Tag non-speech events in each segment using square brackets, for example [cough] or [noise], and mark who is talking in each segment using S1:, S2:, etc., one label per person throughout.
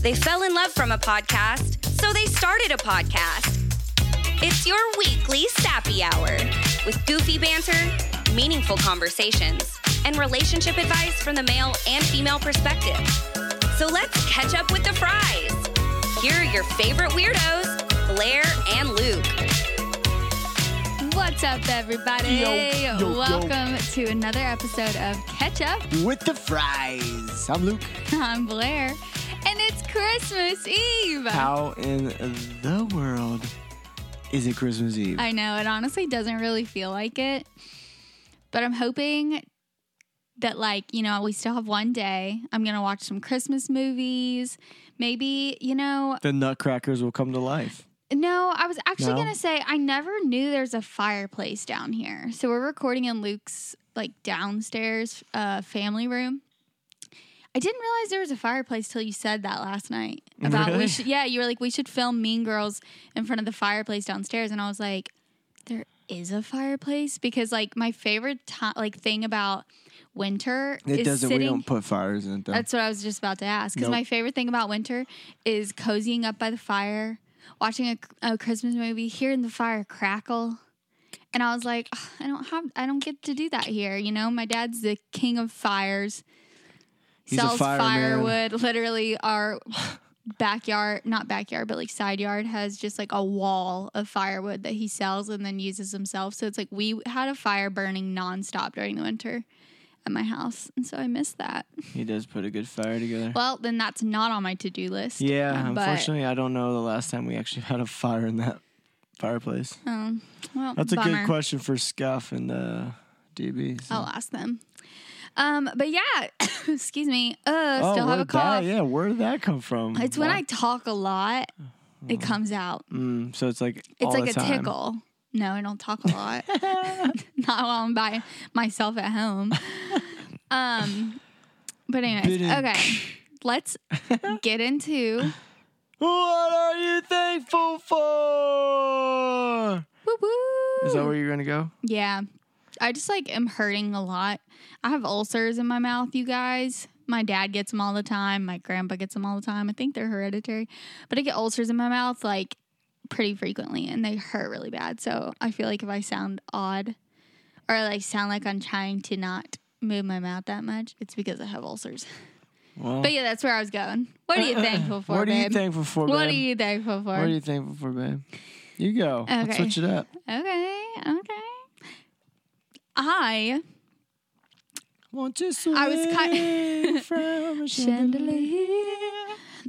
S1: They fell in love from a podcast, so they started a podcast. It's your weekly Sappy Hour with goofy banter, meaningful conversations, and relationship advice from the male and female perspective. So let's catch up with the fries. Here are your favorite weirdos, Blair and Luke.
S2: What's up, everybody?
S3: Yo, yo, yo.
S2: Welcome to another episode of Catch Up. [laughs]
S3: with the fries. I'm Luke.
S2: I'm Blair, and it's Christmas Eve.
S3: How in the world is it Christmas Eve?
S2: I know it honestly doesn't really feel like it, but I'm hoping that, like, you know, we still have one day. I'm gonna watch some Christmas movies. Maybe, you know,
S3: the nutcrackers will come to life.
S2: no, I was actually
S3: No?
S2: gonna say I never knew there's a fireplace down here. So we're recording in Luke's like downstairs uh, family room. I didn't realize there was a fireplace till you said that
S3: [laughs]
S2: last night about we
S3: Really?
S2: should yeah you were like we should film Mean Girls in front of the fireplace downstairs and I was like there is a fireplace because like my favorite to- like thing about winter
S3: It
S2: is
S3: doesn't. we
S2: sitting
S3: don't put fires in it though.
S2: that's what I was just about to ask. Because
S3: Nope.
S2: my favorite thing about winter is cozying up by the fire, watching a, a Christmas movie, hearing the fire crackle. And I was like, "Ugh, I don't have, I don't get to do that here. You know, my dad's the king of fires.
S3: He's a
S2: sells
S3: fireman.
S2: firewood. Literally, our backyard, not backyard, but like side yard has just like a wall of firewood that he sells and then uses himself. So it's like we had a fire burning nonstop during the winter at my house, and so I miss that.
S3: he does put a good fire together.
S2: Well, then that's not on my to do list.
S3: yeah,
S2: but-
S3: unfortunately, I don't know the last time we actually [laughs] had a fire in that fireplace.
S2: Um, well,
S3: That's a
S2: bummer. Oh,
S3: good question for Scuff and uh, Oh, DB. so-
S2: I'll ask them. Um, but yeah, [coughs] excuse me. Uh,
S3: Oh,
S2: still
S3: where'd
S2: have a
S3: that-
S2: cough.
S3: yeah, where did that come from?
S2: It's when
S3: Why-
S2: I talk a lot, it comes out.
S3: Mm, so it's like
S2: It's
S3: all
S2: like
S3: the
S2: a
S3: time.
S2: tickle. No, I don't talk a
S3: [laughs]
S2: lot. [laughs] Not while I'm by myself at home. Um, but anyways,
S3: Bidding.
S2: okay.
S3: [laughs]
S2: Let's get into
S3: What are you thankful for?
S2: woo woo.
S3: Is that where you're gonna go?
S2: Yeah. I just like am hurting a lot. I have ulcers in my mouth, you guys. My dad gets them all the time. My grandpa gets them all the time. I think they're hereditary. But I get ulcers in my mouth like pretty frequently and they hurt really bad. So I feel like if I sound odd or like sound like I'm trying to not move my mouth that much, it's because I have ulcers.
S3: Well, Uh-uh.
S2: But yeah, that's where I was going.
S3: [laughs]
S2: What are you thankful for,
S3: what are you
S2: babe?
S3: thankful for, babe?
S2: what are you thankful for?
S3: What are you thankful for, babe? You go.
S2: Okay.
S3: Let's switch it up.
S2: okay, okay. I
S3: Won't you
S2: I was
S3: swing [laughs]
S2: ki- [laughs]
S3: from a
S2: Chandelier.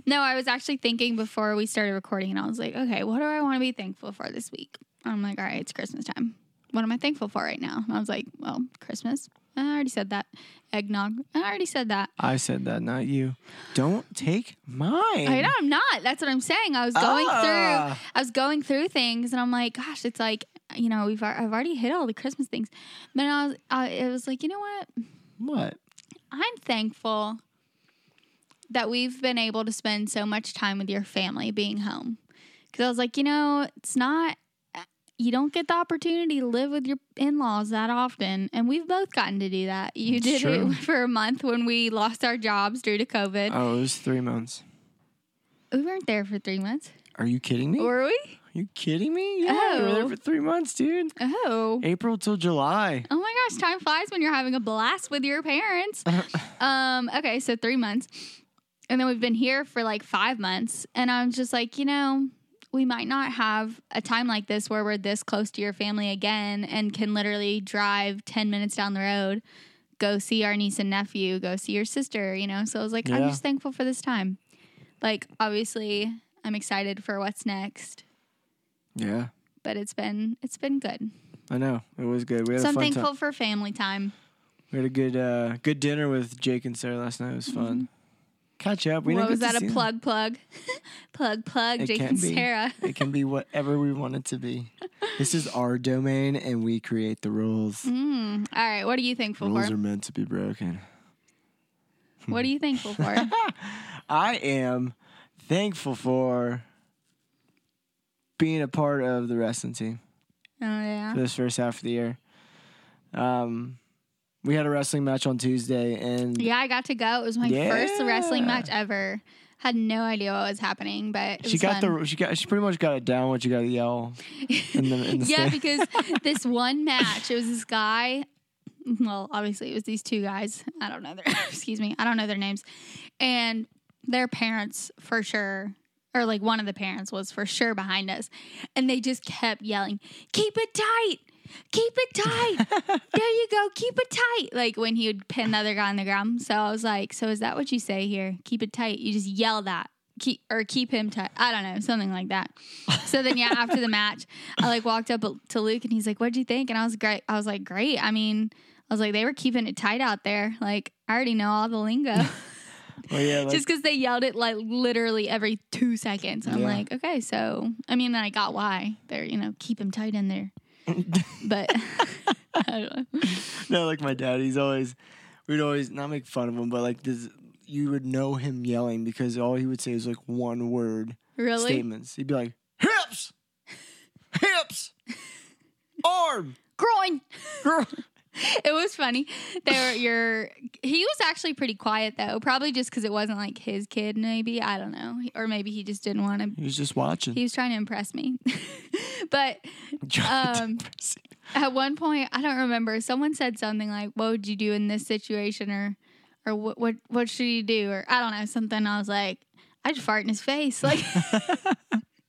S2: No, I was actually thinking before we started recording, and I was like, okay, what do I want to be thankful for this week? I'm like, all right, it's Christmas time. What am I thankful for right now? And I was like, well, Christmas. I already said that. Eggnog. I already said that.
S3: I said that, not you. Don't take mine.
S2: I know I'm not. That's what I'm saying. I was going
S3: Ah.
S2: through. I was going through things, and I'm like, gosh, it's like you know, we've al- I've already hit all the Christmas things. Then I was, I it was like, you know what?
S3: What?
S2: I'm thankful that we've been able to spend so much time with your family being home. Cause I was like, you know, it's not, you don't get the opportunity to live with your in laws that often. And we've both gotten to do that. You
S3: It's
S2: did
S3: true.
S2: it [laughs] for a month when we lost our jobs due to COVID.
S3: Oh, it was three months.
S2: we weren't there for three months.
S3: Are you kidding me?
S2: Were we?
S3: Are you kidding me? Yeah, we were there
S2: Oh.
S3: for three months, dude.
S2: Oh.
S3: April till July.
S2: Oh my gosh, time flies when you're having a blast with
S3: [laughs]
S2: your parents. um, okay, so three months. And then we've been here for like five months. And I'm just like, you know, we might not have a time like this where we're this close to your family again and can literally drive 10 minutes down the road, go see our niece and nephew, go see your sister, you know? So I was like, I'm
S3: Yeah.
S2: just thankful for this time. Like, obviously, I'm excited for what's next,
S3: Yeah,
S2: but it's been it's been good.
S3: I know. It was good. We had
S2: So
S3: a
S2: I'm
S3: fun time.
S2: thankful for family time.
S3: We had a good uh, good dinner with Jake and Sarah last night. It was fun. Catch up. We
S2: Mm-hmm. what
S3: didn't
S2: was
S3: get to
S2: that? A
S3: see them.
S2: plug, plug, [laughs] plug, plug.
S3: It
S2: Jake
S3: can
S2: and
S3: be.
S2: Sarah. [laughs]
S3: It can be whatever we want it to be. This is our domain, and we create the rules.
S2: Mm. All right. What are you thankful
S3: Rules
S2: for?
S3: are meant to be broken.
S2: what are you
S3: [laughs]
S2: thankful for?
S3: I am thankful for being a part of the wrestling team
S2: Oh yeah.
S3: for this first half of the year. Um, We had a wrestling match on Tuesday, and
S2: Yeah, I got to go. It was my first wrestling
S3: Yeah.
S2: match ever. Had no idea what was happening, but it
S3: she
S2: was
S3: got
S2: fun.
S3: the she got she pretty much got it down. What you got to yell in the, in the
S2: [laughs] yeah,
S3: stand.
S2: because this one match, it was this guy. Well, obviously, it was these two guys. I don't know their. [laughs] excuse me, I don't know their names, and their parents for sure, or like one of the parents was for sure behind us, and they just kept yelling, "Keep it tight." Keep it tight. there you go. Keep it tight. Like when he would pin the other guy on the ground. So I was like, "So is that what you say here? Keep it tight." You just yell that, keep or keep him tight. I don't know, something like that. So then, yeah, after the match, I like walked up to Luke and he's like, "What'd you think?" And I was great. I was like, "Great." I mean, I was like, they were keeping it tight out there. Like I already know all the lingo,
S3: [laughs]
S2: [laughs]
S3: Well, yeah, like,
S2: just because they yelled it like literally every two seconds. I'm
S3: Yeah.
S2: like, okay, so I mean, I got why they're you know keep him tight in there, but [laughs] I don't know.
S3: [laughs] no, like my dad, he's always we'd always not make fun of him, but like this, you would know him yelling because all he would say is like one word
S2: really.
S3: statements. He'd be like hips, hips, arm, [laughs]
S2: Groin. [laughs]
S3: girl.
S2: It was funny. They were your. He was actually pretty quiet though, probably just because it wasn't like his kid. Maybe I don't know, or maybe he just didn't want to
S3: He was just watching.
S2: He was trying to impress me. [laughs] but
S3: [laughs] Trying to
S2: um,
S3: impress him.
S2: at one point, I don't remember, someone said something like, What would you do in this situation? Or, or what, what, what should you do? Or I don't know, something. I was like, I just fart in his face. [laughs] Like,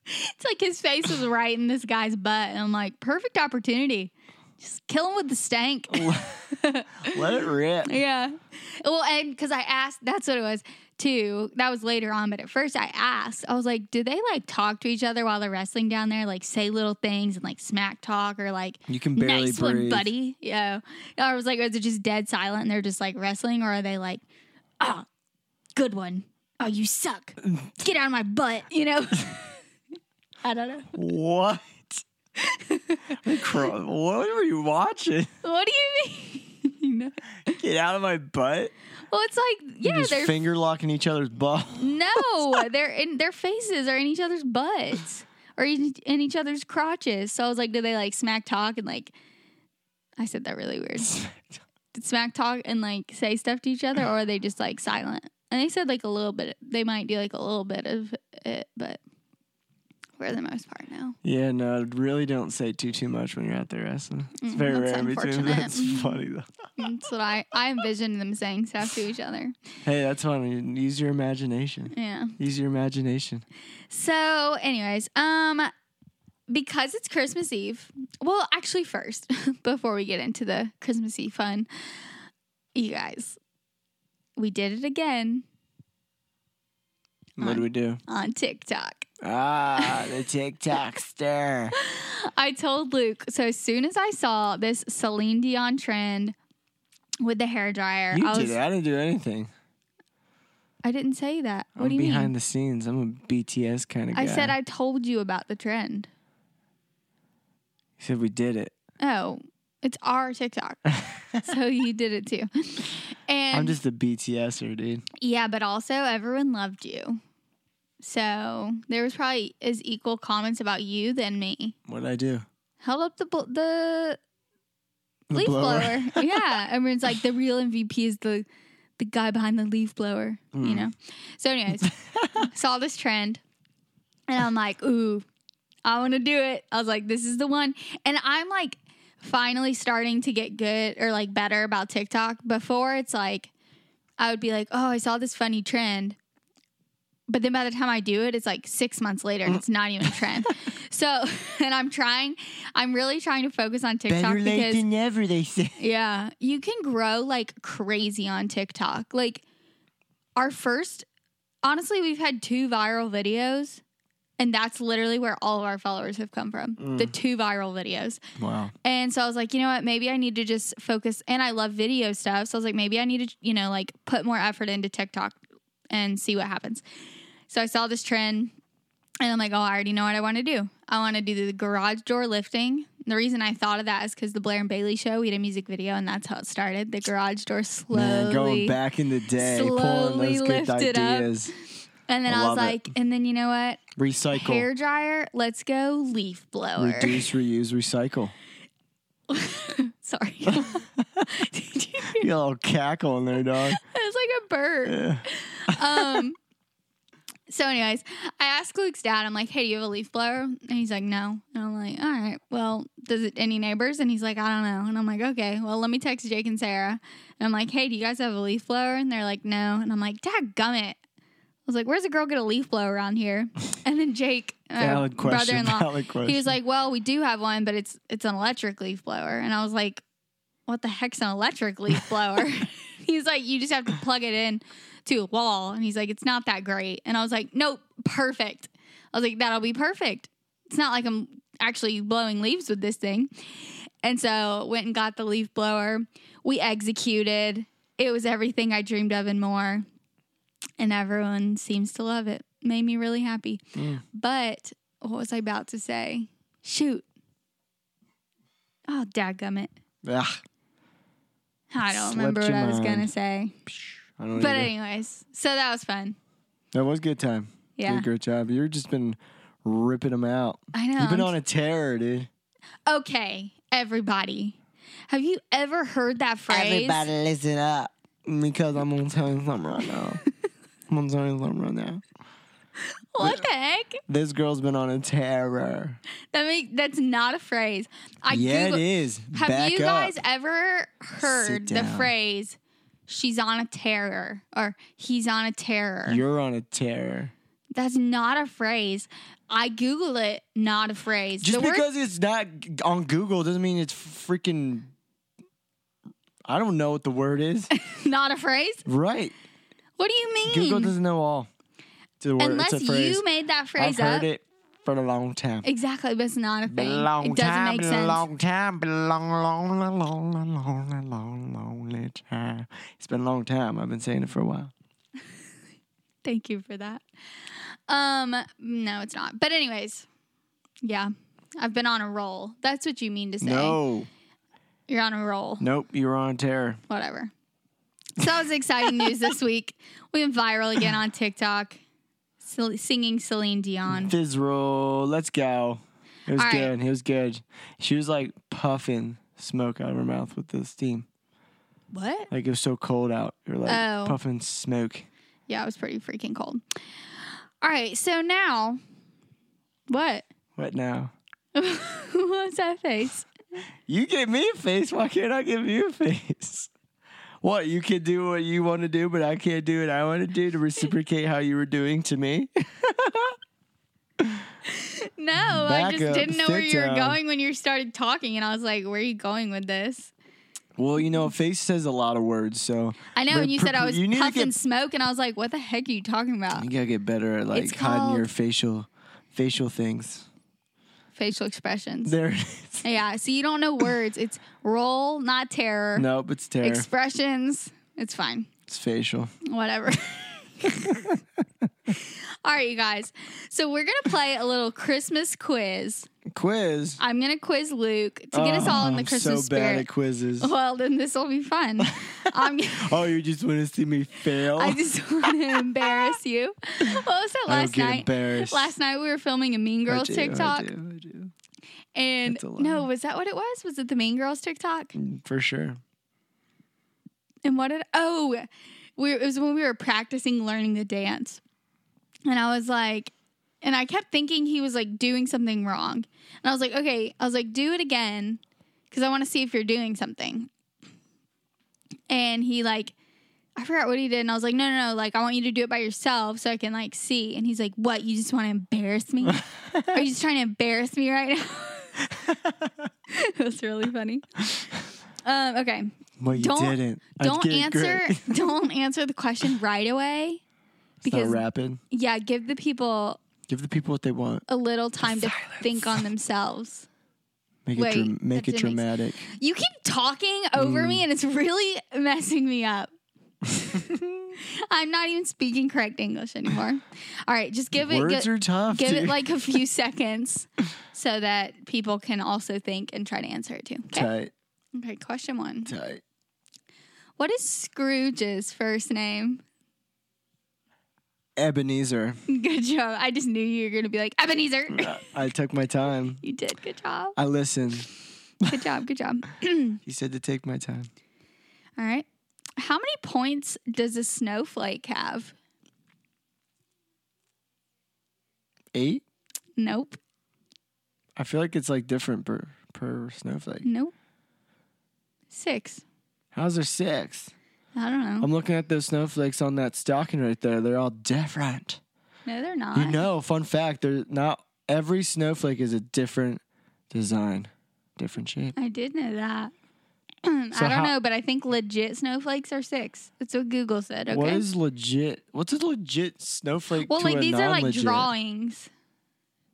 S2: it's like his face was right in this guy's butt. And I'm like, Perfect opportunity. Just kill him with the stank. [laughs]
S3: [laughs] let it rip.
S2: Yeah. Well, and because I asked, that's what it was too. That was later on, but at first I asked, I was like, do they like talk to each other while they're wrestling down there? Like say little things and like smack talk or like,
S3: You can barely
S2: nice
S3: breathe.
S2: one, buddy. Yeah. And I was like, is it just dead silent and they're just like wrestling or are they like, oh, good one. Oh, you suck. Get out of my butt, you know? [laughs] I don't know.
S3: What? I cro- what were you watching?
S2: What do you [laughs] mean?
S3: Get out of my butt.
S2: well, it's like,
S3: You
S2: yeah,
S3: just
S2: they're
S3: finger locking each other's butt.
S2: No, they're in their faces are in each other's butts or in, in each other's crotches. So I was like, do they like smack talk and like? I said that really weird. [laughs] Did smack talk and like say stuff to each other, or are they just like silent? And they said like a little bit. They might do like a little bit of it, but for the most part, no.
S3: Yeah, no, really don't say too too much when you're out there wrestling. It's
S2: Mm,
S3: very
S2: that's
S3: rare in between.
S2: unfortunate.
S3: That's
S2: Mm.
S3: funny though.
S2: That's what I I envisioned them saying stuff to each other.
S3: Hey, that's funny. Use your imagination.
S2: Yeah.
S3: Use your imagination.
S2: So, anyways, um, because it's Christmas Eve. Well, actually, first, [laughs] before we get into the Christmassy fun, you guys, we did it again
S3: What do we do?
S2: on TikTok.
S3: Ah, the TikTok star.
S2: I told Luke. So as soon as I saw this Celine Dion trend with the hair dryer,
S3: You
S2: I
S3: did
S2: was
S3: it. I didn't do anything.
S2: I didn't say that. What
S3: I'm
S2: do you
S3: behind
S2: mean?
S3: the scenes. I'm a BTS kind of guy.
S2: I said I told you about the trend.
S3: You said we did it.
S2: Oh, it's our
S3: [laughs]
S2: TikTok. so you did it too. And
S3: I'm just a BTSer, dude.
S2: Yeah, but also everyone loved you. So there was probably as equal comments about you than me.
S3: What'd I do?
S2: Held up the bl- the
S3: The
S2: leaf
S3: blower.
S2: blower. yeah, everyone's like the real MVP is the the guy behind the leaf blower. You
S3: Mm.
S2: know.
S3: [laughs]
S2: So, anyways, saw this trend, and I'm like, ooh, I want to do it. I was like, this is the one, and I'm like, finally starting to get good or like better about TikTok. Before it's like, I would be like, oh, I saw this funny trend. But then by the time I do it, it's like six months later and it's not even
S3: [laughs]
S2: a trend. so, [laughs] and I'm trying, I'm really trying to focus on TikTok
S3: [laughs] Better
S2: because
S3: late than never, they say.
S2: yeah, you can grow like crazy on TikTok. Like our first, honestly, we've had two viral videos, and that's literally where all of our followers have come from. The two viral videos.
S3: Wow.
S2: And so I was like, you know what? Maybe I need to just focus. And I love video stuff. So I was like, maybe I need to, you know, like put more effort into TikTok and see what happens. So I saw this trend and I'm like, oh, I already know what I want to do. I want to do the garage door lifting. The reason I thought of that is because the Blair and Bailey show, we had a music video and that's how it started. The garage door slowly.
S3: Man, going back in the day, pulling
S2: slowly
S3: those good
S2: lift it up.
S3: ideas.
S2: and then
S3: I
S2: I, was
S3: love it.
S2: like, and then you know what?
S3: Recycle.
S2: Hair dryer, let's go leaf blower. [laughs]
S3: Reduce, reuse, recycle.
S2: [laughs] Sorry. Did you
S3: You got a little cackle in there,
S2: [laughs]
S3: dog.
S2: It's like a bird.
S3: Yeah.
S2: Um. So, anyways, I asked Luke's dad. I'm like, "Hey, do you have a leaf blower?" And he's like, "No." And I'm like, "All right. Well, does it any neighbors?" And he's like, "I don't know." And I'm like, "Okay. Well, let me text Jake and Sarah." And I'm like, "Hey, do you guys have a leaf blower?" And they're like, "No." And I'm like, "Dad, gum it." I was like, "Where's a girl get a leaf blower around here?" And then Jake, my
S3: Valid question.
S2: Uh, brother-in-law,
S3: [laughs] Valid question.
S2: he was like, "Well, we do have one, but it's it's an electric leaf blower." And I was like, "What the heck's an electric leaf blower?" [laughs] he's like, "You just have to plug it in to a wall." And he's like, "It's not that great." And I was like, "Nope, perfect." I was like, "That'll be perfect." It's not like I'm actually blowing leaves with this thing. And so went and got the leaf blower. We executed. It was everything I dreamed of and more. And everyone seems to love it. Made me really happy.
S3: Yeah.
S2: But what was I about to say? Shoot. Oh, dadgummit.
S3: Ah,
S2: I don't
S3: Slipped
S2: remember what
S3: your
S2: I was going to
S3: mind.
S2: say.
S3: I don't.
S2: But,
S3: either.
S2: anyways, so that was fun.
S3: that was a good time. You
S2: Yeah.
S3: Did a great job. You've just been ripping them out.
S2: I know.
S3: You've been
S2: I'm
S3: on a tear, dude.
S2: Okay, everybody. Have you ever heard that phrase?
S3: listen up because I'm gonna tell you something right
S2: [laughs]
S3: now. I'm gonna tell you something right now.
S2: What the heck?
S3: This girl's been on a terror.
S2: That make, that's not a phrase. I
S3: yeah,
S2: Googled-
S3: it is.
S2: Have
S3: Back
S2: you guys
S3: up.
S2: ever heard the
S3: down.
S2: phrase she's on a terror or he's on a terror?
S3: You're on a terror.
S2: That's not a phrase. I Google it, not a phrase.
S3: Just
S2: the word
S3: because it's not g- on Google doesn't mean it's freaking. I don't know what the word
S2: [laughs]
S3: is.
S2: [laughs] not a phrase?
S3: right.
S2: What do you mean?
S3: Google doesn't know all. It's a word.
S2: Unless
S3: it's a phrase.
S2: you made that
S3: I've
S2: phrase
S3: heard
S2: up.
S3: it for a long time.
S2: Exactly, but it's not a
S3: Been
S2: thing.
S3: a long
S2: it doesn't
S3: time,
S2: make
S3: been
S2: sense.
S3: A long time, been a long, long, long, long, long, long, long, long, lonely time. It's been a long time. I've been saying it for a while.
S2: Thank you for that. Um, no, it's not. But anyways, yeah. I've been on a roll. That's what you mean to say.
S3: No,
S2: You're on a roll.
S3: nope. You were on terror.
S2: Whatever. So that was exciting news this week. [laughs] We went viral again on TikTok. Sel- singing Celine Dion.
S3: Fizzroll. Let's go. It was
S2: All right.
S3: good. It was good. She was like puffing smoke out of her mouth with the steam.
S2: What?
S3: Like it was so cold out. You're like
S2: Oh.
S3: puffing smoke.
S2: Yeah, it was pretty freaking cold. All right, so now what? [laughs]
S3: What now?
S2: What's that face?
S3: You gave me a face. Why can't I give you a face? [laughs] What you can do what you want to do, but I can't do what I want to do to reciprocate how you were doing to me. [laughs]
S2: No, I
S3: Back
S2: just
S3: up,
S2: didn't know where you were
S3: sit down.
S2: going when you started talking, and I was like, "Where are you going with this?"
S3: Well, you know, a face says a lot of words, so
S2: I know,
S3: But
S2: and you said I
S3: pr-
S2: was
S3: you need to
S2: puffing
S3: get-
S2: smoke, and I was like, "What the heck are you talking about?"
S3: you gotta get better at like
S2: It's
S3: hiding your
S2: called-
S3: facial facial things.
S2: Facial expressions.
S3: There it
S2: [laughs]
S3: is.
S2: yeah, so you don't know words. It's roll, not terror.
S3: Nope, it's terror.
S2: Expressions. It's fine.
S3: it's facial. [laughs]
S2: whatever. All right, you guys. So we're gonna play a little Christmas quiz.
S3: Quiz.
S2: I'm gonna quiz Luke to get us
S3: Oh,
S2: all in the
S3: I'm
S2: Christmas
S3: so bad
S2: spirit.
S3: at quizzes.
S2: [laughs] Well, then this will be fun. I'm.
S3: [laughs] oh, you just want to see me fail?
S2: I just want to embarrass you. What was that
S3: I don't
S2: last
S3: get
S2: night?
S3: embarrassed.
S2: Last night we were filming a Mean
S3: I
S2: Girls
S3: do, I do,
S2: TikTok,
S3: I do.
S2: and
S3: That's a lie.
S2: no, was that what it was? Was it the Mean Girls TikTok?
S3: For sure.
S2: And what did oh, we it was when we were practicing learning the dance, and I was like, and I kept thinking he was like doing something wrong, and I was like, okay, I was like, do it again, because I want to see if you're doing something. And he like, I forgot what he did, and I was like, no, no, no, like I want you to do it by yourself so I can like see. And he's like, what? You just want to embarrass me? Are you just trying to embarrass me right now? [laughs] it was really funny. Um, okay.
S3: Well, you
S2: Don't-
S3: didn't. I'd
S2: Don't
S3: get a
S2: answer.
S3: grade.
S2: [laughs]
S3: [laughs]
S2: don't answer the question right away.
S3: It's not
S2: Because
S3: rapid.
S2: yeah, give the people
S3: Give the people what they want.
S2: a little time to
S3: silence.
S2: think on themselves.
S3: Make
S2: Wait,
S3: it dra- make it
S2: that didn't make
S3: dramatic.
S2: You keep talking over me,
S3: Mm.
S2: and it's really messing me up. I'm not even speaking correct English anymore. All right, just [laughs] give it
S3: Words
S2: gi-
S3: are tough. [laughs]
S2: give it
S3: dude.
S2: like a few seconds so that people can also think and try to answer it too. Okay.
S3: tight,
S2: Okay. Question one:
S3: tight.
S2: What is Scrooge's first name? [laughs]
S3: Ebenezer.
S2: Good job. I just knew you were going to be like Ebenezer.
S3: I- I took my time.
S2: [laughs] You did. Good
S3: [laughs]
S2: job.
S3: I listened.
S2: Good job. Good job.
S3: He said to take my time.
S2: All right. How many points does a snowflake have?
S3: Eight?
S2: Nope.
S3: I feel like it's like different per per snowflake.
S2: Nope. Six.
S3: How's there six?
S2: I don't know.
S3: I'm looking at those snowflakes on that stocking right there. They're all different.
S2: no, they're not.
S3: You know, fun fact, they're not every snowflake is a different design, different shape.
S2: I did know that. [clears throat]
S3: So how-
S2: I don't know, but I think legit snowflakes are six. That's what Google said. Okay.
S3: What is legit? What's a legit snowflake?
S2: well,
S3: to
S2: like
S3: a
S2: these are like
S3: non-legit?
S2: drawings.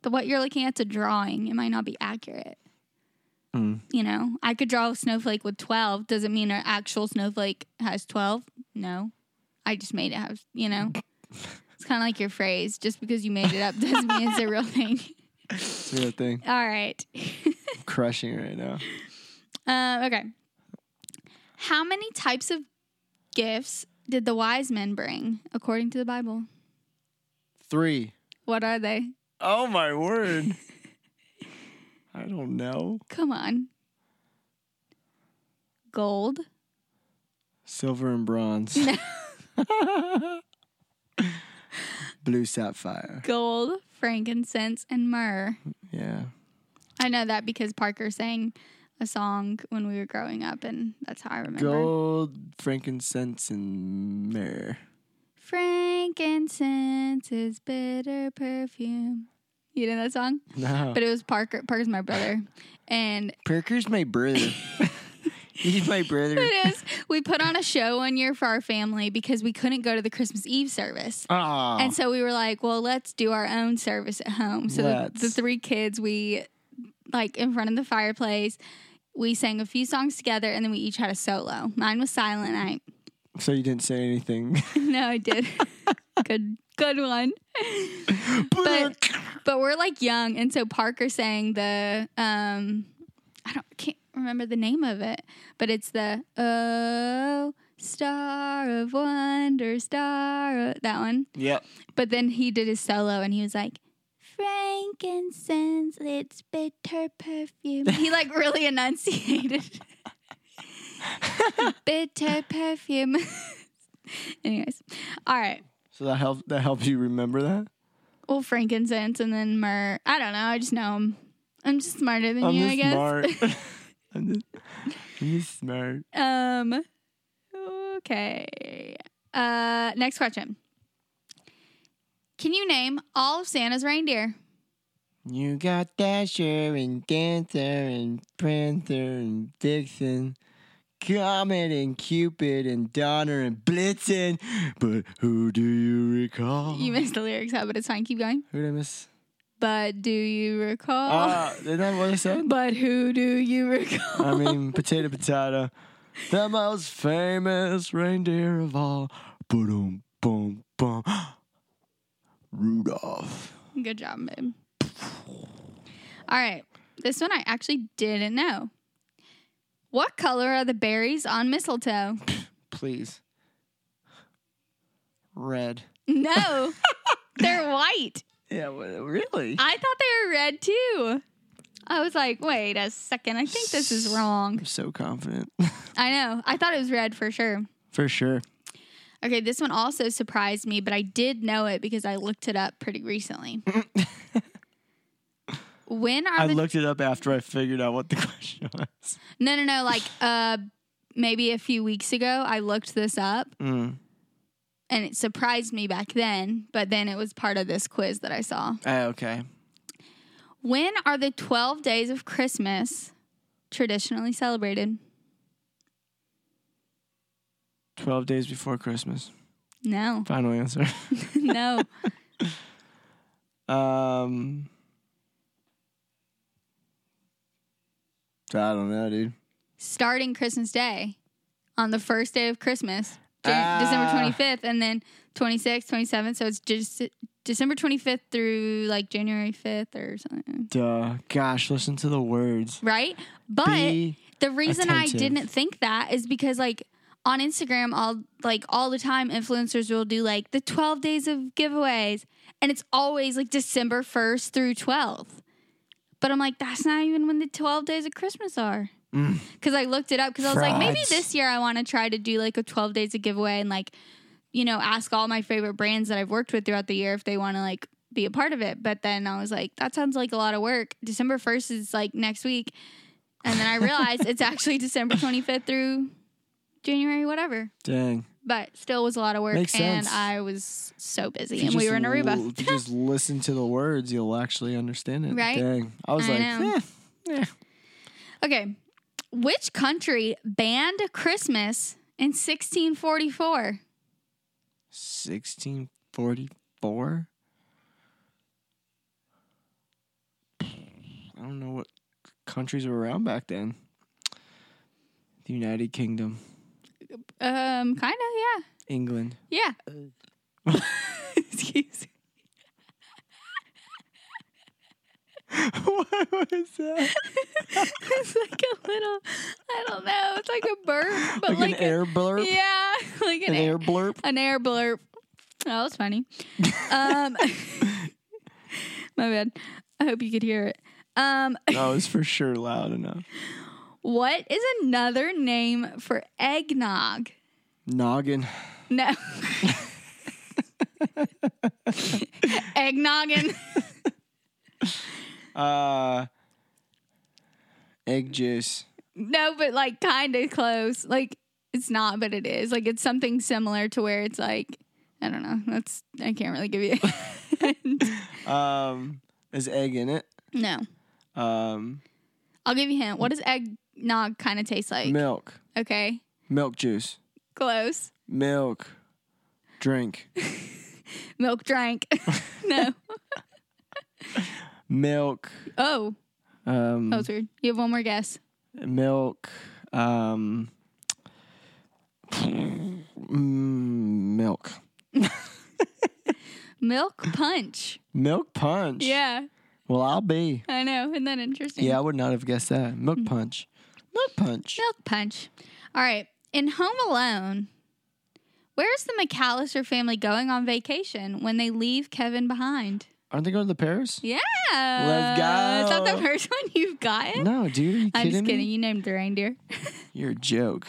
S2: The what you're looking at's a drawing. It might not be accurate.
S3: Mm.
S2: You know, I could draw a snowflake with twelve. Does it mean an actual snowflake has twelve? No, I just made it. Have
S3: [laughs]
S2: you know? it's kind of like your phrase. Just because you made it up doesn't mean it's
S3: [laughs]
S2: a real thing. [laughs]
S3: It's a real thing. [laughs]
S2: All right. [laughs]
S3: I'm crushing it right now.
S2: Uh, okay. How many types of gifts did the wise men bring according to the Bible?
S3: Three.
S2: What are they?
S3: Oh my
S2: [laughs]
S3: word. I don't know.
S2: Come on. Gold.
S3: Silver and bronze. [laughs] Blue sapphire.
S2: Gold, frankincense, and myrrh.
S3: Yeah.
S2: I know that because Parker sang a song when we were growing up, and that's how I remember.
S3: Gold, frankincense, and myrrh.
S2: Frankincense is bitter perfume. You know that song?
S3: No.
S2: But it was Parker. Parker's my brother. And
S3: Parker's my brother.
S2: [laughs]
S3: He's my brother.
S2: it is. We put on a show one year for our family because we couldn't go to the Christmas Eve service.
S3: Ah.
S2: And so we were like, well, let's do our own service at home. So the, the
S3: Let's.
S2: three kids, we like in front of the fireplace, we sang a few songs together and then we each had a solo. Mine was Silent Night.
S3: So you didn't say anything.
S2: [laughs] no, I did. [laughs] good good one. But- But we're like young and so Parker sang the um I don't can't remember the name of it, but it's the oh star of wonder star of, that one.
S3: [laughs] yep.
S2: But then he did his solo and he was like, Frankincense, it's bitter perfume.
S3: [laughs]
S2: He like really enunciated. bitter perfume. [laughs] Anyways, all right.
S3: So that helps. That helps you remember that.
S2: Well, frankincense and then myrrh. I don't know. I just know him. I'm just smarter than
S3: I'm just
S2: you, I guess. [laughs]
S3: smart. I'm just, I'm just smart.
S2: Um. Okay. Uh. Next question. Can you name all of Santa's reindeer?
S3: You got Dasher and Dancer and Prancer and Vixen, Comet and Cupid and Donner and Blitzen, but who do you recall?
S2: You missed the lyrics out, but it's fine. Keep going.
S3: who did I miss?
S2: But do you recall?
S3: Ah, isn't that what I said?
S2: [laughs] but who do you recall?
S3: I mean, potato, potato. The most famous reindeer of all. Boom, boom, boom. [gasps] Rudolph.
S2: Good job, babe. All right. This one I actually didn't know. What color are the berries on mistletoe?
S3: Please. Red.
S2: No, they're white.
S3: Yeah, wha- really?
S2: I thought they were red too. I was like, wait a second. I think this is wrong.
S3: I'm so confident.
S2: [laughs] I know. I thought it was red for sure.
S3: For sure.
S2: Okay, this one also surprised me, but I did know it because I looked it up
S3: [laughs]
S2: pretty recently. when are
S3: I
S2: the
S3: looked it up after I figured out what the [laughs] question was.
S2: No, no, no. Like uh, maybe a few weeks ago, I looked this up
S3: Mm.
S2: and it surprised me back then, but then it was part of this quiz that I saw.
S3: Ah, okay.
S2: When are the 12 days of Christmas traditionally celebrated?
S3: 12 days before Christmas.
S2: No, [laughs]
S3: Final answer.
S2: no.
S3: um. I don't know, dude.
S2: Starting Christmas Day on the first day of Christmas, Jan-
S3: Ah.
S2: December 25th, and then 26th, 27th. So it's just December 25th through like January 5th or something.
S3: Duh. Gosh, listen to the words.
S2: Right? But.
S3: Be-
S2: The reason
S3: attentive.
S2: I didn't think that is because like on Instagram all like all the time influencers will do like the 12 days of giveaways and it's always like December 1st through 12th. But I'm like that's not even when the 12 days of Christmas are. because I looked it up because I was like, maybe
S3: Mm. Frauds.
S2: this year I want to try to do like a 12 days of giveaway and like, you know, ask all my favorite brands that I've worked with throughout the year if they want to like be a part of it. But then I was like, that sounds like a lot of work. December 1st is like next week.
S3: [laughs]
S2: And then I realized it's actually December 25th through January, whatever.
S3: Dang.
S2: But still was a lot of work.
S3: Makes
S2: and
S3: sense.
S2: I was so busy.
S3: If you
S2: And we
S3: just
S2: were in
S3: l-
S2: Aruba.
S3: if you just listen to the words, you'll actually understand it.
S2: Right?
S3: Dang. I was
S2: I
S3: like,
S2: know.
S3: eh, eh.
S2: Okay. Which country banned Christmas in 1644?
S3: 1644. I don't know what countries were around back then. The United Kingdom,
S2: Um, kind of,
S3: England. [laughs]
S2: yeah. Yeah. [laughs] Excuse me.
S3: what was
S2: [laughs]
S3: that?
S2: It's like a little, I don't know, it's like a burp, but
S3: Like,
S2: like,
S3: an
S2: a-
S3: air blurb?
S2: Yeah, [laughs] like an,
S3: An
S2: air,
S3: air
S2: [laughs]
S3: blurb?
S2: an air blurp. That was funny. um, [laughs] my bad. I hope you could hear it. Um,
S3: That was for sure loud enough.
S2: what is another name for eggnog?
S3: Noggin.
S2: No. Eggnoggin.
S3: Uh, egg juice.
S2: No, but like kind of close. Like it's not, but it is. Like it's something similar to where it's like I don't know. That's I can't really give you.
S3: Um, there's egg in it.
S2: no,
S3: Um,
S2: I'll give you a hint. What does eggnog kind of taste like?
S3: milk.
S2: Okay,
S3: Milk juice.
S2: close.
S3: Milk. Drink.
S2: Milk drank. [laughs] no.
S3: Milk.
S2: Oh,
S3: Um,
S2: that was weird. You have one more guess.
S3: milk. Um, mm, milk.
S2: Milk punch.
S3: Milk punch.
S2: Yeah,
S3: Well, I'll be.
S2: I know. Isn't that interesting?
S3: Yeah, I would not have guessed that.
S2: Mm-hmm.
S3: Milk punch. Milk punch.
S2: Milk punch. All right. In Home Alone, where's the McAllister family going on vacation when they leave Kevin behind?
S3: Aren't they going to the Paris?
S2: Yeah.
S3: Let's
S2: Is that
S3: go.
S2: the first one you've gotten?
S3: No, dude. Are you kidding
S2: I'm just
S3: me?
S2: kidding. You named the reindeer.
S3: You're a joke.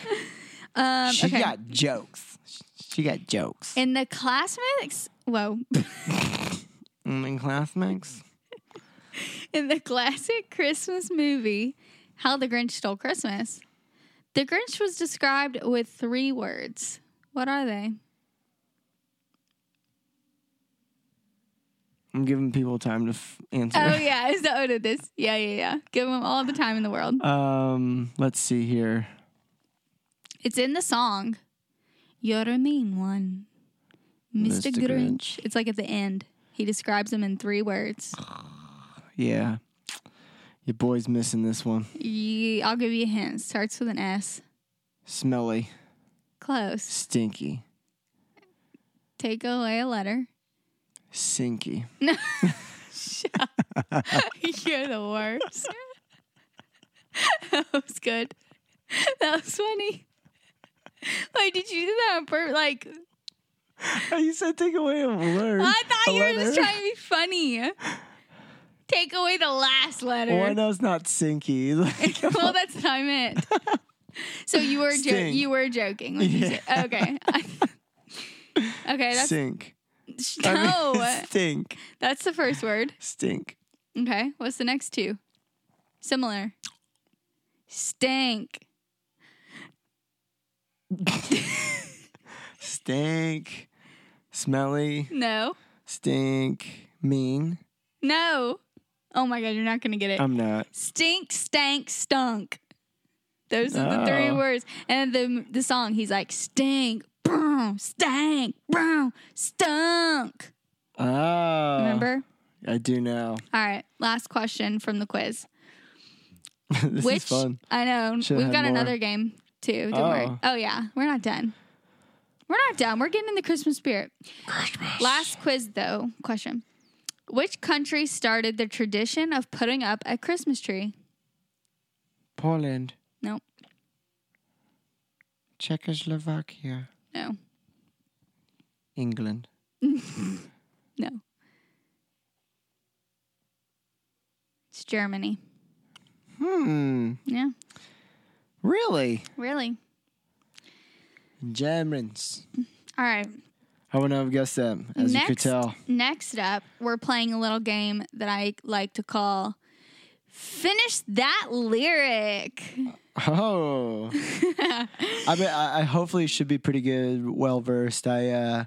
S2: Um,
S3: she
S2: okay.
S3: got jokes. She got jokes.
S2: In the classmates, whoa, [laughs]
S3: Mm, in classmates.
S2: in the classic Christmas movie, How the Grinch Stole Christmas, the Grinch was described with three words. What
S3: [laughs]
S2: are they?
S3: I'm giving people time to f- answer.
S2: Oh yeah, is that what it is? Yeah, yeah, yeah. Give them all the time in the world.
S3: Um, let's see here.
S2: It's in the song. You're a mean one, Mr.
S3: Mr.
S2: Grinch.
S3: Grinch.
S2: It's like at the end. He describes him in three words.
S3: Yeah. Your boy's missing this one.
S2: Ye- I'll give you a hint. Starts with an S.
S3: Smelly,
S2: Close.
S3: stinky,
S2: Take away a letter. [laughs]
S3: sinky.
S2: You're the worst. that was good. That was funny. Wait, did you do that on purpose? Like,
S3: Oh, you said take away a word.
S2: I thought
S3: A
S2: you were just
S3: letter?
S2: trying to be funny. Take away the last letter.
S3: Well, I know it's not sinky. [laughs] Like,
S2: [laughs] well, that's what
S3: [laughs]
S2: I meant. So you were jo-
S3: Sting.
S2: you were joking when you said
S3: Yeah.
S2: okay. [laughs] okay, that's [laughs]
S3: sink. I mean,
S2: no.
S3: stink.
S2: that's the first word.
S3: Stink.
S2: Okay, what's the next two? Similar. Stank.
S3: Stink. Smelly.
S2: No.
S3: Stink. Mean.
S2: No. Oh my god, you're not gonna get it.
S3: I'm not.
S2: Stink, stank, stunk. Those are the three
S3: Oh.
S2: words. And the the song, he's like stink, boom, stank, boom, stunk.
S3: Oh.
S2: Remember?
S3: I do now. [laughs]
S2: All right, last question from the quiz.
S3: this
S2: Which
S3: is fun.
S2: I know
S3: Should've
S2: we've
S3: had
S2: got
S3: more.
S2: another game too. Don't worry.
S3: Oh.
S2: Oh yeah, we're not done. We're not done. We're getting in the Christmas spirit. Christmas. Last quiz though. Question: Which country started the tradition of putting up a Christmas tree?
S3: Poland.
S2: No,
S3: Czechoslovakia.
S2: no,
S3: England.
S2: no. It's Germany.
S3: Hmm.
S2: Yeah.
S3: Really?
S2: Really?
S3: Germans.
S2: All right.
S3: I wouldn't have guessed that, as you could
S2: [laughs]
S3: tell.
S2: Next up, we're playing a little game that I like to call Finish That Lyric.
S3: Oh. I mean, I, I hopefully should be pretty good, well versed. I, uh,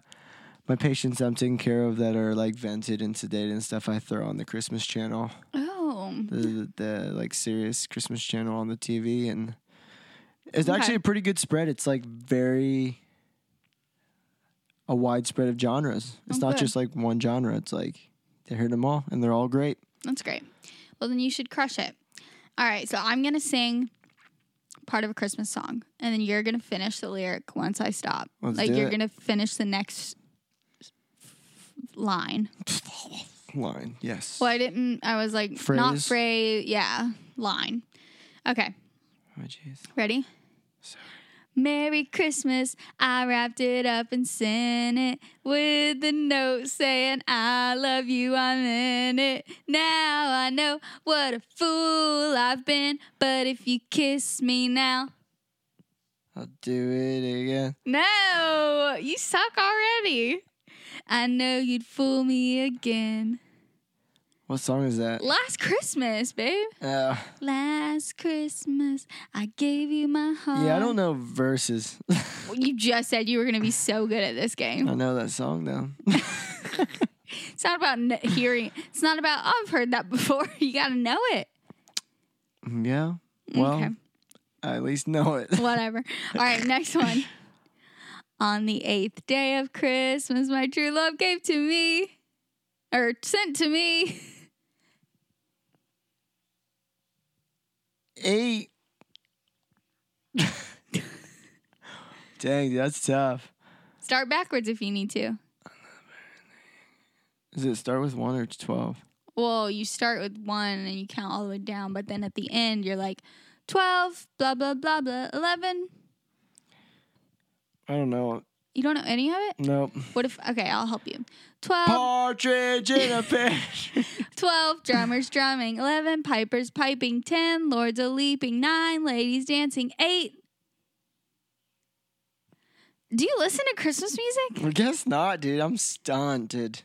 S3: my patients I'm taking care of that are like vented and sedated and stuff, I throw on the Christmas channel,
S2: Oh.
S3: the, the like serious Christmas channel on the TV. And it's
S2: Okay.
S3: actually a pretty good spread. It's like very, a wide spread of genres. It's
S2: Oh,
S3: not
S2: good.
S3: just like one genre, it's like they heard them all and they're all great. [laughs]
S2: That's great. Well, then you should crush it. All right, so I'm going to sing part of a Christmas song, and then you're going to finish the lyric once I stop.
S3: Let's
S2: like,
S3: do
S2: you're
S3: it.
S2: going to finish the next line.
S3: Line, yes.
S2: Well, I didn't, I was like, not
S3: Phrase.
S2: phrase, yeah, line. Okay,
S3: Oh, jeez.
S2: ready? Merry Christmas. I wrapped it up and sent it with the note saying, I love you, I'm in it. Now I know what a fool I've been, but if you kiss me now.
S3: I'll do it again.
S2: No, you suck already. I know you'd fool me again.
S3: What song is that?
S2: Last Christmas, babe.
S3: Uh,
S2: Last Christmas, I gave you my heart.
S3: yeah, I don't know verses. [laughs] I
S2: You just said you were going to be so good at this game.
S3: know that song though. [laughs]
S2: It's not about n- hearing. It's not about. "Oh, I've heard that before. [laughs] You got to know it.
S3: yeah. Well,
S2: okay,
S3: I at least know it.
S2: whatever. All right, next one. On the eighth day of Christmas, my true love gave to me, or sent to me.
S3: [laughs] Eight. Dang, dude, that's tough.
S2: Start backwards if you need to.
S3: Does it start with one or twelve?
S2: Well, you start with one and you count all the way down, but then at the end you're like twelve, blah blah blah blah, eleven.
S3: I don't know.
S2: You don't know any of it.
S3: Nope.
S2: What if? Okay, I'll help you. Twelve.
S3: Partridge in a pear. tree.
S2: 12 drummers drumming 11 pipers piping 10 lords a leaping 9 ladies dancing 8 do you listen to christmas music
S3: I guess not, dude. I'm stunned, dude.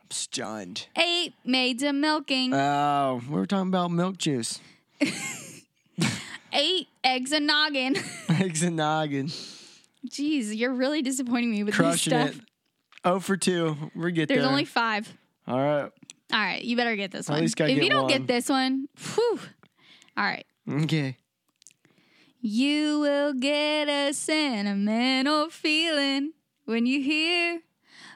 S3: I'm stunned.
S2: 8 maids a milking
S3: Oh, we were talking about milk juice. [laughs]
S2: 8 eggs a noggin [laughs]
S3: Eggs and noggin.
S2: jeez you're really disappointing me with
S3: Crushing
S2: this
S3: it.
S2: stuff
S3: Oh for two. We get
S2: there's
S3: there.
S2: only 5
S3: All right.
S2: all right you better get this
S3: At
S2: one
S3: least gotta
S2: if
S3: get
S2: you don't
S3: one.
S2: get this one whew. all right
S3: Okay.
S2: You will get a sentimental feeling when you hear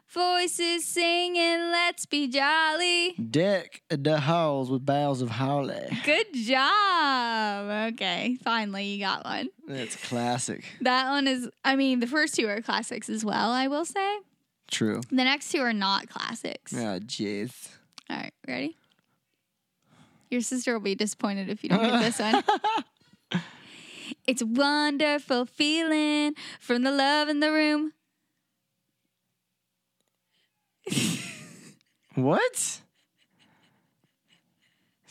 S2: voices singing, Let's be jolly.
S3: Deck the halls with boughs of holly.
S2: Good job. Okay, finally, you got one.
S3: That's classic.
S2: That one is, I mean, the first two are classics as well, I will say.
S3: True.
S2: The next two are not classics.
S3: Ah, jeez.
S2: All right, ready? Your sister will be disappointed if you don't get this one. It's a wonderful feeling from the love in the room.
S3: What? Is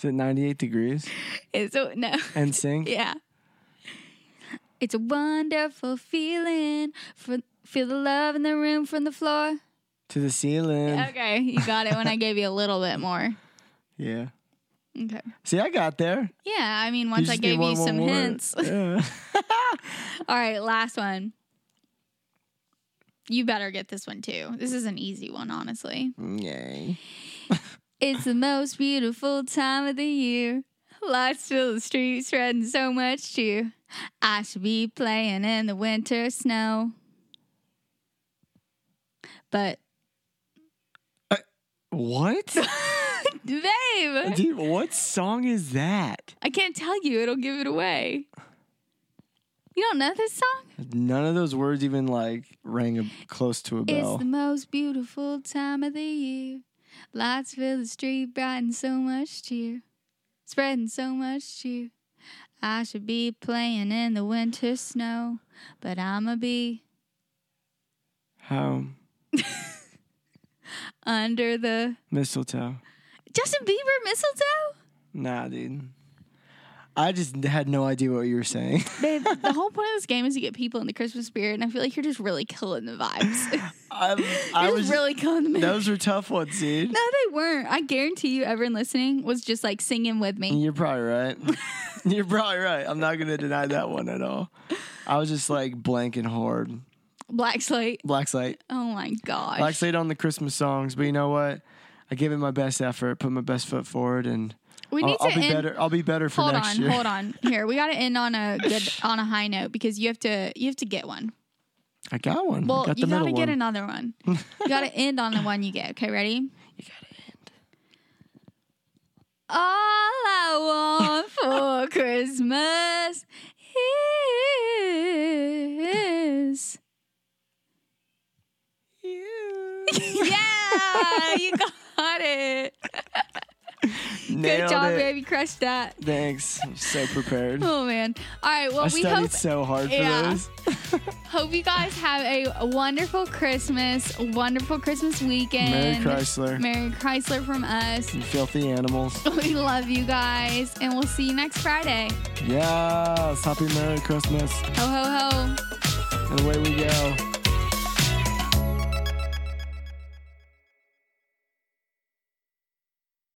S3: it 98 degrees?
S2: It's a, no. [laughs]
S3: And sing?
S2: Yeah. It's a wonderful feeling. For, feel the love in the room from the floor.
S3: To the ceiling. Yeah.
S2: [laughs] Okay, you got it when I gave you a little bit more. Okay.
S3: See, I got there.
S2: Yeah, I mean, once I
S3: just need
S2: gave
S3: one
S2: you
S3: more
S2: some
S3: word.
S2: hints.
S3: [laughs]
S2: [laughs]
S3: Yeah.
S2: All right, last one. You better get this one too. This is an easy one, honestly.
S3: Yay.
S2: It's the most beautiful time of the year. Lights fill the streets, spreading so much cheer. I should be playing in the winter snow. But, [coughs]
S3: What?
S2: [laughs] babe,
S3: Dude, what song is that?
S2: I can't tell you. It'll give it away. You don't know this song?
S3: None of those words even like rang a, close to a
S2: It's
S3: bell.
S2: the most beautiful time of the year. Lights fill the street, brighten so much cheer, spreading so much cheer. I should be playing in the winter snow, but I'ma be
S3: How
S2: under the
S3: mistletoe.
S2: Justin Bieber mistletoe.
S3: Nah, dude. I just had no idea what you were saying. [laughs]
S2: Babe, the whole point of this game is to get people in the Christmas spirit, and I feel like you're just really killing the vibes. you're
S3: I, [laughs]
S2: [laughs]
S3: I
S2: just
S3: was
S2: really killing the
S3: [laughs]
S2: mood.
S3: Those were tough ones, dude.
S2: no, they weren't. I guarantee you, everyone listening was just like singing with me.
S3: You're probably right. [laughs] You're probably right. I'm not gonna deny that one at all. I was just like blanking hard.
S2: Black Slate.
S3: Black Slate.
S2: Oh my gosh.
S3: Black Slate on the Christmas songs, but you know what? I give it my best effort, put my best foot forward, and
S2: we
S3: I'll,
S2: need
S3: I'll
S2: to
S3: be
S2: end.
S3: better. I'll be better for
S2: Hold
S3: next
S2: on,
S3: year. [laughs]
S2: hold on. Here, we got to end on a good, on a high note because you have to, you have to get one.
S3: I got one.
S2: Well,
S3: I got the
S2: you got to
S3: middle [laughs] one.
S2: get another one. you got to end on the one you get. Okay, ready? You got to end. All I
S3: [laughs]
S2: want for Christmas
S3: [laughs]
S2: is. Yeah, you got it. [laughs] Good
S3: Nailed
S2: job,
S3: it.
S2: baby. Crushed that.
S3: Thanks. I'm so
S2: [laughs]
S3: prepared.
S2: Oh, man. All right. Well,
S3: I
S2: we
S3: studied
S2: hope
S3: so hard for
S2: Yeah.
S3: this.
S2: hope you guys have a wonderful Christmas, wonderful Christmas weekend.
S3: Mary Chrysler.
S2: Mary Chrysler from us.
S3: You filthy animals.
S2: We love you guys, and we'll see you next Friday.
S3: Yes. Happy Merry Christmas.
S2: Ho, ho, ho.
S3: And away we go.